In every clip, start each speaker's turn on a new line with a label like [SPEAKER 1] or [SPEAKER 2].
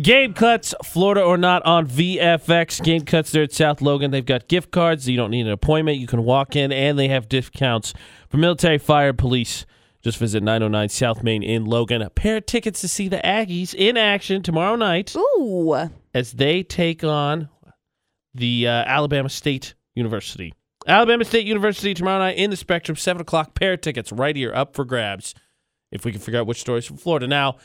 [SPEAKER 1] Game Cuts, Florida or not on VFX. Game Cuts, they're at South Logan. They've got gift cards. You don't need an appointment. You can walk in, and they have discounts for military, fire, police. Just visit 909 South Main in Logan. A pair of tickets to see the Aggies in action tomorrow night
[SPEAKER 2] Ooh.
[SPEAKER 1] as they take on the uh, Alabama State University. Alabama State University tomorrow night in the Spectrum, 7 o'clock. Pair of tickets right here up for grabs if we can figure out which stories from Florida. Now,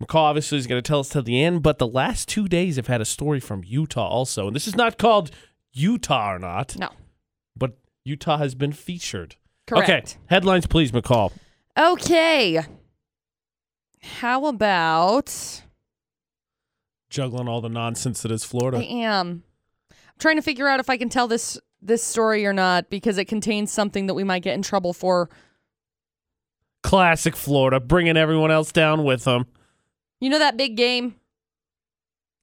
[SPEAKER 1] McCall obviously is going to tell us till the end, but the last two days have had a story from Utah also. And this is not called Utah or not,
[SPEAKER 2] No.
[SPEAKER 1] but Utah has been featured.
[SPEAKER 2] Correct.
[SPEAKER 1] Okay, headlines, please, McCall.
[SPEAKER 2] Okay. How about
[SPEAKER 1] Juggling all the nonsense that is
[SPEAKER 2] I
[SPEAKER 1] Florida.
[SPEAKER 2] am I'm trying to figure out if I can tell this this story or not because it contains something that we might get in trouble for.
[SPEAKER 1] Classic Florida, bringing everyone else down with them.
[SPEAKER 2] You know that big game?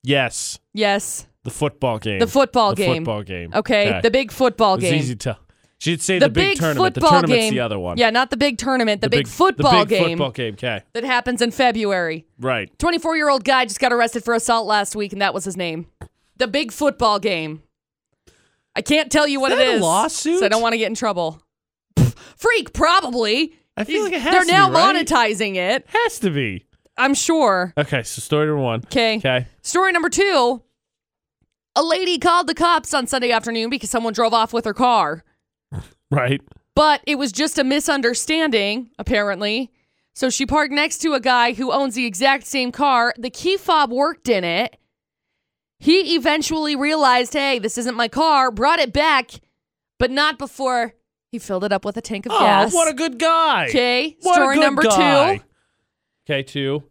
[SPEAKER 1] Yes,
[SPEAKER 2] Yes.
[SPEAKER 1] the football game.
[SPEAKER 2] The football
[SPEAKER 1] the
[SPEAKER 2] game.
[SPEAKER 1] football game.
[SPEAKER 2] Okay, the big football
[SPEAKER 1] it's
[SPEAKER 2] game.
[SPEAKER 1] easy to. She'd say the, big, tournament. The
[SPEAKER 2] football
[SPEAKER 1] tournament's
[SPEAKER 2] game.
[SPEAKER 1] the other one.
[SPEAKER 2] Yeah, not the big tournament, the, big, football
[SPEAKER 1] the big
[SPEAKER 2] game
[SPEAKER 1] football game. Okay,
[SPEAKER 2] that happens in February.
[SPEAKER 1] right.
[SPEAKER 2] 24 year old guy just got arrested for assault last week, and that was his name. The big football game. I can't tell you what
[SPEAKER 1] that
[SPEAKER 2] it
[SPEAKER 1] a
[SPEAKER 2] is.
[SPEAKER 1] lawsuit?
[SPEAKER 2] So I don't want to get in trouble. Pff, Freak, probably.
[SPEAKER 1] I feel like it has
[SPEAKER 2] They're
[SPEAKER 1] to
[SPEAKER 2] now
[SPEAKER 1] be, right?
[SPEAKER 2] monetizing it,
[SPEAKER 1] Has to be.
[SPEAKER 2] I'm sure.
[SPEAKER 1] Okay, so story number one.
[SPEAKER 2] Okay.
[SPEAKER 1] Okay.
[SPEAKER 2] Story number two a lady called the cops on Sunday afternoon because someone drove off with her car.
[SPEAKER 1] Right.
[SPEAKER 2] but it was just a misunderstanding, apparently. So she parked next to a guy who owns the exact same car. The key fob worked in it. He eventually realized, hey, this isn't my car, brought it back, but not before he filled it up with a tank of gas.
[SPEAKER 1] Oh, what a good guy.
[SPEAKER 2] okay,
[SPEAKER 1] What
[SPEAKER 2] story
[SPEAKER 1] a good
[SPEAKER 2] number
[SPEAKER 1] guy.
[SPEAKER 2] two.
[SPEAKER 1] Okay, two.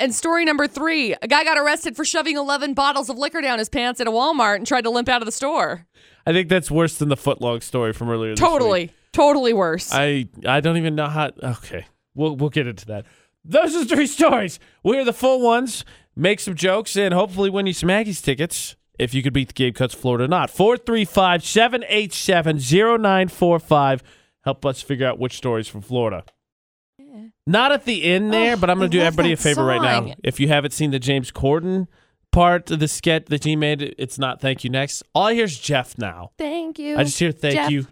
[SPEAKER 2] And story number three a guy got arrested for shoving 11 bottles of liquor down his pants at a Walmart and tried to limp out of the store.
[SPEAKER 1] I think that's worse than the footlong story from earlier. This week.
[SPEAKER 2] Totally, totally worse.
[SPEAKER 1] I I don't even know how. Okay, we'll we'll get into that. Those are three stories. We are the full ones. Make some jokes and hopefully win you some Aggies tickets if you could beat the Game Cuts Florida or not. 435 787 0945. Help us figure out which stories from Florida. Not at the end there,
[SPEAKER 2] Oh,
[SPEAKER 1] but I'm going
[SPEAKER 2] I
[SPEAKER 1] to do
[SPEAKER 2] love
[SPEAKER 1] everybody a
[SPEAKER 2] that
[SPEAKER 1] favor right now.
[SPEAKER 2] song.
[SPEAKER 1] If you haven't seen the James Corden part of the sketch that he made, it's not Thank You Next. All I hear is Jeff now.
[SPEAKER 2] Thank you.
[SPEAKER 1] I just hear thank
[SPEAKER 2] Jeff.
[SPEAKER 1] you.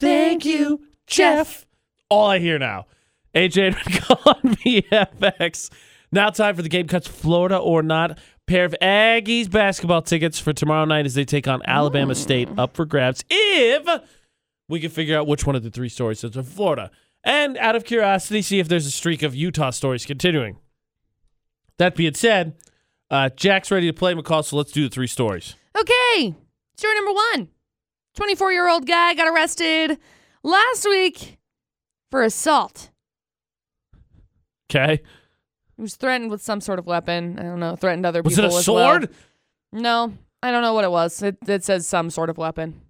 [SPEAKER 2] Thank you, Jeff.
[SPEAKER 1] All I hear now. AJ and Rick on VFX. Now time for the game cuts Florida or not. Pair of Aggies basketball tickets for tomorrow night as they take on Alabama State up for grabs. If we can figure out which one of the three stories is from Florida. And out of curiosity, see if there's a streak of Utah stories continuing. That being said, uh, Jack's ready to play McCall, so let's do the three stories.
[SPEAKER 2] Okay. Story number one 24 year old guy got arrested last week for assault.
[SPEAKER 1] Okay.
[SPEAKER 2] He was threatened with some sort of weapon. I don't know. Threatened other
[SPEAKER 1] Was it
[SPEAKER 2] people.
[SPEAKER 1] a
[SPEAKER 2] as well.
[SPEAKER 1] sword?
[SPEAKER 2] No. I don't know what it was. It, it says some sort of weapon.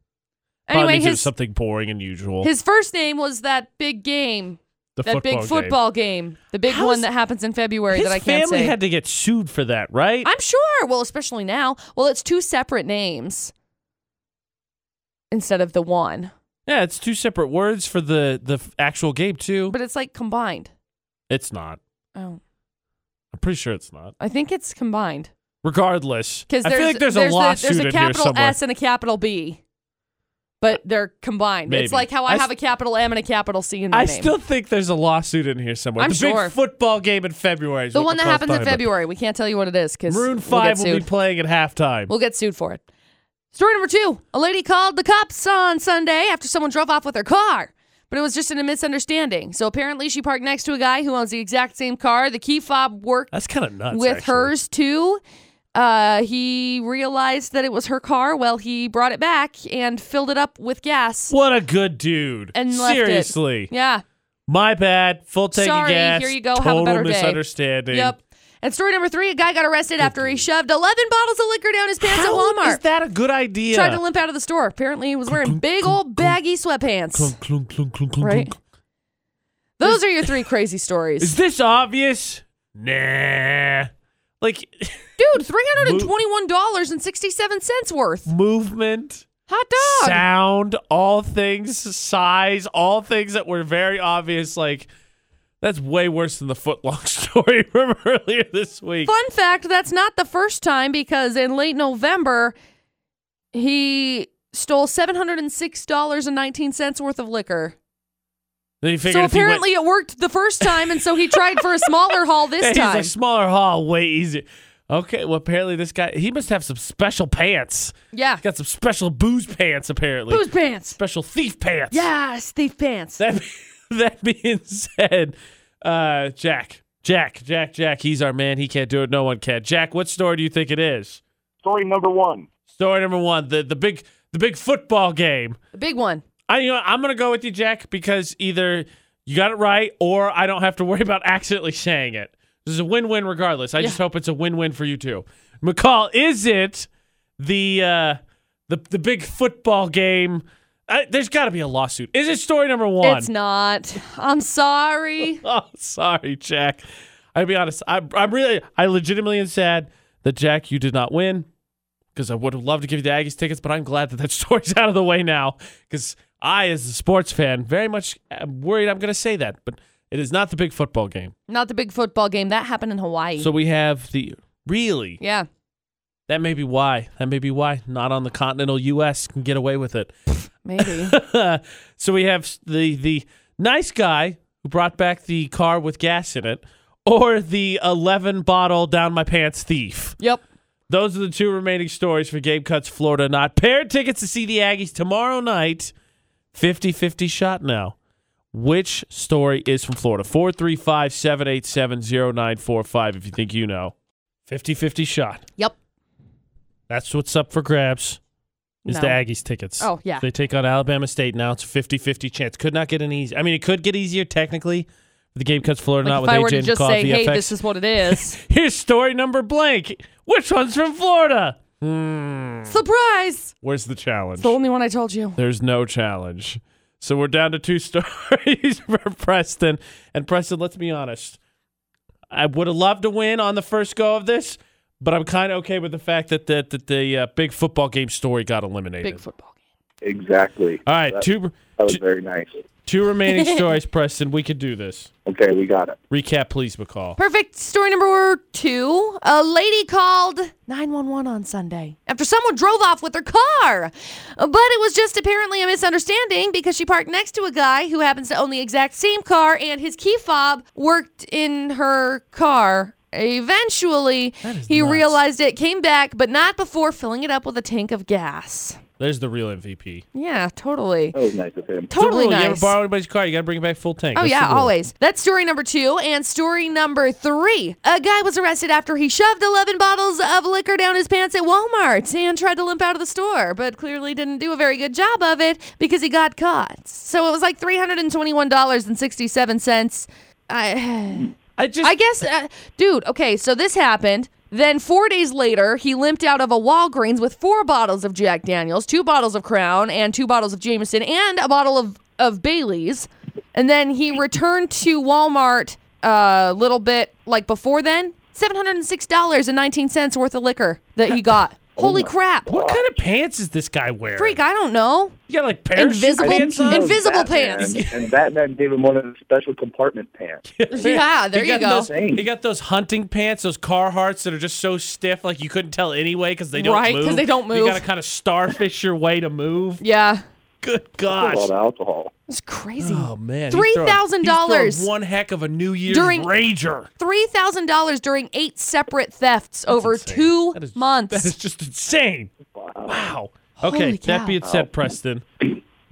[SPEAKER 1] Probably
[SPEAKER 2] Anyway,
[SPEAKER 1] means it was
[SPEAKER 2] his,
[SPEAKER 1] something boring and usual.
[SPEAKER 2] his first name was that big game.
[SPEAKER 1] the
[SPEAKER 2] that big football game. The big
[SPEAKER 1] How
[SPEAKER 2] one
[SPEAKER 1] is-
[SPEAKER 2] that happens in February
[SPEAKER 1] His
[SPEAKER 2] that I can't
[SPEAKER 1] family
[SPEAKER 2] say.
[SPEAKER 1] had to get sued for that, right?
[SPEAKER 2] I'm sure. Well, especially now. Well, it's two separate names instead of the one,
[SPEAKER 1] yeah, it's two separate words for the the f- actual game too.
[SPEAKER 2] but it's like combined.
[SPEAKER 1] it's not.
[SPEAKER 2] Oh.
[SPEAKER 1] I'm pretty sure it's not.
[SPEAKER 2] I think it's combined
[SPEAKER 1] Regardless,
[SPEAKER 2] because
[SPEAKER 1] I
[SPEAKER 2] there's
[SPEAKER 1] feel like there's,
[SPEAKER 2] there's
[SPEAKER 1] a lawsuit
[SPEAKER 2] the, there's a
[SPEAKER 1] in here
[SPEAKER 2] capital
[SPEAKER 1] somewhere.
[SPEAKER 2] S and a capital B, but they're combined. It's
[SPEAKER 1] Maybe.
[SPEAKER 2] like how I,
[SPEAKER 1] I
[SPEAKER 2] have
[SPEAKER 1] s-
[SPEAKER 2] a capital M and a capital C in my
[SPEAKER 1] I
[SPEAKER 2] name.
[SPEAKER 1] still think there's a lawsuit in here somewhere.
[SPEAKER 2] I'm
[SPEAKER 1] the
[SPEAKER 2] sure.
[SPEAKER 1] big football game in February. Is
[SPEAKER 2] the
[SPEAKER 1] what
[SPEAKER 2] one that
[SPEAKER 1] McCall's
[SPEAKER 2] happens in
[SPEAKER 1] talking about.
[SPEAKER 2] February. We can't tell you what it is because
[SPEAKER 1] Maroon
[SPEAKER 2] we'll get
[SPEAKER 1] Five will be
[SPEAKER 2] sued.
[SPEAKER 1] playing at halftime.
[SPEAKER 2] We'll get sued for it. Story number two: A lady called the cops on Sunday after someone drove off with her car, but it was just in a misunderstanding. So apparently, she parked next to a guy who owns the exact same car. The key fob worked
[SPEAKER 1] That's kind of nuts.
[SPEAKER 2] with
[SPEAKER 1] actually.
[SPEAKER 2] hers too. Uh, he realized that it was her car. Well, he brought it back and filled it up with gas.
[SPEAKER 1] What a good dude.
[SPEAKER 2] And left it.
[SPEAKER 1] seriously,
[SPEAKER 2] Yeah.
[SPEAKER 1] my bad. Full tank of
[SPEAKER 2] Sorry,
[SPEAKER 1] gas.
[SPEAKER 2] here you go, have a
[SPEAKER 1] Total
[SPEAKER 2] better day.
[SPEAKER 1] misunderstanding.
[SPEAKER 2] Yep. And story number three: a guy got arrested after he shoved 11 bottles of liquor down his pants
[SPEAKER 1] How
[SPEAKER 2] at Walmart.
[SPEAKER 1] is that a good idea?
[SPEAKER 2] Tried to limp out of the store. Apparently, he was wearing big old baggy sweatpants.
[SPEAKER 1] Clunk, clunk, clunk, clunk, clunk,
[SPEAKER 2] Right.
[SPEAKER 1] clunk.
[SPEAKER 2] Those are your three crazy
[SPEAKER 1] Is
[SPEAKER 2] stories,
[SPEAKER 1] this obvious? Nah. Like
[SPEAKER 2] dude. Three hundred and twenty-one dollars and sixty-seven cents worth
[SPEAKER 1] movement,
[SPEAKER 2] hot dog.
[SPEAKER 1] sound, all things, size, all things that were very obvious. Like That's way worse than the footlong story from earlier this week.
[SPEAKER 2] Fun fact that's not the first time because in late November, he stole $706.19 worth of liquor.
[SPEAKER 1] Then he
[SPEAKER 2] So
[SPEAKER 1] figured if he went-
[SPEAKER 2] apparently it worked the first time, and so he tried for a smaller haul this
[SPEAKER 1] He's
[SPEAKER 2] time.
[SPEAKER 1] like smaller haul, way easier. Okay, well apparently this guy he must have some special pants.
[SPEAKER 2] yeah.
[SPEAKER 1] He's got some special booze pants apparently.
[SPEAKER 2] Booze pants.
[SPEAKER 1] Special thief pants.
[SPEAKER 2] Yes, thief pants.
[SPEAKER 1] That that being said, uh, Jack, Jack, Jack, Jack, he's our man. He can't do it. No one can. Jack, what story do you think it is?
[SPEAKER 3] Story number one.
[SPEAKER 1] Story number one: the the big the big football game.
[SPEAKER 2] The big one.
[SPEAKER 1] I you know I'm gonna go with you, Jack, because either you got it right or I don't have to worry about accidentally saying it. This is a win-win regardless. I just hope it's a win-win for you too. McCall, is it the uh, the the big football game? I, there's got to be a lawsuit. Is it story number one?
[SPEAKER 2] It's not. I'm sorry.
[SPEAKER 1] oh, sorry, Jack. I'll be honest. I'm, I'm really, I legitimately am sad that Jack, you did not win because I would have loved to give you the Aggies tickets, but I'm glad that that story's out of the way now because I, as a sports fan, very much am worried I'm going to say that, but it is not the big football game.
[SPEAKER 2] Not the big football game. That happened in Hawaii.
[SPEAKER 1] So we have the really
[SPEAKER 2] yeah.
[SPEAKER 1] that may be why that may be why not on the continental U.S. can get away with it.
[SPEAKER 2] Maybe.
[SPEAKER 1] so we have the the nice guy who brought back the car with gas in it, or the eleven bottle down my pants thief.
[SPEAKER 2] yep.
[SPEAKER 1] Those are the two remaining stories for Game Cuts Florida Not. Pair of tickets to see the Aggies tomorrow night. 50 50 shot now. Which story is from Florida? 435 787 0945 if you think you know. 50 50 shot.
[SPEAKER 2] Yep.
[SPEAKER 1] That's what's up for grabs is
[SPEAKER 2] No.
[SPEAKER 1] the Aggies tickets.
[SPEAKER 2] Oh, yeah.
[SPEAKER 1] They take on Alabama State now. It's a 50-50 chance. Could not get any easy. I mean, it could get easier technically. The game cuts Florida
[SPEAKER 2] Like
[SPEAKER 1] not
[SPEAKER 2] if I were
[SPEAKER 1] with
[SPEAKER 2] to
[SPEAKER 1] AJ and
[SPEAKER 2] just say,
[SPEAKER 1] Coffee
[SPEAKER 2] hey,
[SPEAKER 1] FX.
[SPEAKER 2] this is what it is.
[SPEAKER 1] Here's story number blank. Which one's from Florida?
[SPEAKER 2] Surprise!
[SPEAKER 1] Where's the challenge?
[SPEAKER 2] It's the only one I told you.
[SPEAKER 1] There's no challenge. So we're down to two stories for Preston. And Preston, let's be honest. I would have loved to win on the first go of this, but I'm kind of okay with the fact that the, that the uh, big football game story got eliminated.
[SPEAKER 2] Big football game.
[SPEAKER 3] Exactly.
[SPEAKER 1] All right, two,
[SPEAKER 3] That was
[SPEAKER 1] two,
[SPEAKER 3] very nice.
[SPEAKER 1] Two remaining stories, Preston. We could do this.
[SPEAKER 3] Okay, we got it.
[SPEAKER 1] Recap, please, McCall.
[SPEAKER 2] Perfect. Story number two. A lady called 911 on Sunday after someone drove off with her car. But it was just apparently a misunderstanding because she parked next to a guy who happens to own the exact same car and his key fob worked in her car. Eventually, he
[SPEAKER 1] nuts.
[SPEAKER 2] realized it, came back, but not before filling it up with a tank of gas.
[SPEAKER 1] There's the real MVP.
[SPEAKER 2] Yeah, totally.
[SPEAKER 3] That was nice of him.
[SPEAKER 2] Totally
[SPEAKER 1] the rule,
[SPEAKER 2] nice.
[SPEAKER 1] Uh, You ever borrow anybody's car, you got to bring it back full tank.
[SPEAKER 2] Oh,
[SPEAKER 1] That's the
[SPEAKER 2] yeah,
[SPEAKER 1] rule.
[SPEAKER 2] always. That's story number two. And story number three a guy was arrested after he shoved 11 bottles of liquor down his pants at Walmart and tried to limp out of the store, but clearly didn't do a very good job of it because he got caught. So it was like $321.67. I,
[SPEAKER 1] I just.
[SPEAKER 2] I guess, uh, dude, okay, so this happened. Then four days later, he limped out of a Walgreens with four bottles of Jack Daniels, two bottles of Crown, and two bottles of Jameson, and a bottle of, of Bailey's. And then he returned to Walmart a little bit like before then. $706.19 worth of liquor that he got.
[SPEAKER 1] Oh
[SPEAKER 2] Holy crap.
[SPEAKER 1] what kind of pants is this guy wearing?
[SPEAKER 2] Freak, I don't know.
[SPEAKER 1] You got like parachute
[SPEAKER 2] Invisible-
[SPEAKER 1] pants on?
[SPEAKER 3] That was
[SPEAKER 2] Invisible
[SPEAKER 3] Batman,
[SPEAKER 2] pants.
[SPEAKER 3] And Batman gave him one of the special compartment pants.
[SPEAKER 2] Yeah, there
[SPEAKER 1] he
[SPEAKER 2] you
[SPEAKER 1] got
[SPEAKER 2] go.
[SPEAKER 1] Those, he got those hunting pants, those Carhartts that are just so stiff, like you couldn't tell anyway because they don't
[SPEAKER 2] Right, 'cause
[SPEAKER 1] move.
[SPEAKER 2] they don't
[SPEAKER 1] You
[SPEAKER 2] move.
[SPEAKER 1] got to kind of starfish your way to move.
[SPEAKER 2] Yeah.
[SPEAKER 1] Good
[SPEAKER 3] A lot
[SPEAKER 1] gosh.
[SPEAKER 3] of alcohol.
[SPEAKER 2] It's crazy.
[SPEAKER 1] Oh man, he's throwing-
[SPEAKER 2] $3,000
[SPEAKER 1] he's throwing One heck of a New Year's
[SPEAKER 2] During-
[SPEAKER 1] rager
[SPEAKER 2] $3,000 during eight separate thefts over
[SPEAKER 1] insane.
[SPEAKER 2] two
[SPEAKER 1] That is-
[SPEAKER 2] months.
[SPEAKER 1] That is just insane. Wow. Okay,
[SPEAKER 2] Holy
[SPEAKER 1] that
[SPEAKER 2] cow.
[SPEAKER 1] being said, Preston,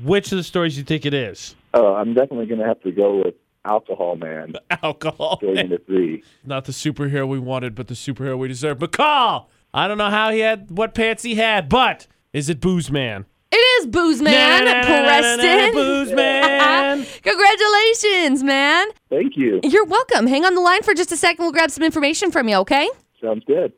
[SPEAKER 1] which of the stories you think it is?
[SPEAKER 3] Oh, I'm definitely going to have to go with Alcohol Man,
[SPEAKER 1] Alcohol.
[SPEAKER 3] story number three.
[SPEAKER 1] Not the superhero we wanted, but the superhero we deserve. McCall! I don't know how he had what pants he had, but is it Booze Man?
[SPEAKER 2] It is Booze Man,
[SPEAKER 1] Na-na-na-na-na-na,
[SPEAKER 2] Preston. Ah,
[SPEAKER 1] Booze Man!
[SPEAKER 2] Congratulations, man.
[SPEAKER 3] Thank you.
[SPEAKER 2] You're welcome. Hang on the line for just a second. We'll grab some information from you, okay?
[SPEAKER 3] Sounds good.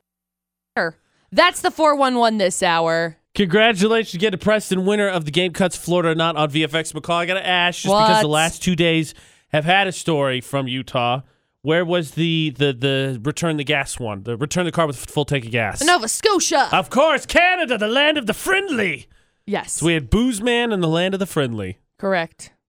[SPEAKER 2] Sure. That's the 411 this hour.
[SPEAKER 1] Congratulations again to Preston, winner of the Game Cuts Florida Not on VFX. McCall, I got to ask, just because
[SPEAKER 2] What?
[SPEAKER 1] the last two days have had a story from Utah. Where was the, the, the return the gas one? The return the car with full tank of gas.
[SPEAKER 2] Nova Scotia.
[SPEAKER 1] Of course, Canada, the land of the friendly.
[SPEAKER 2] yes.
[SPEAKER 1] We had Booze Man and the land of the friendly.
[SPEAKER 2] Correct.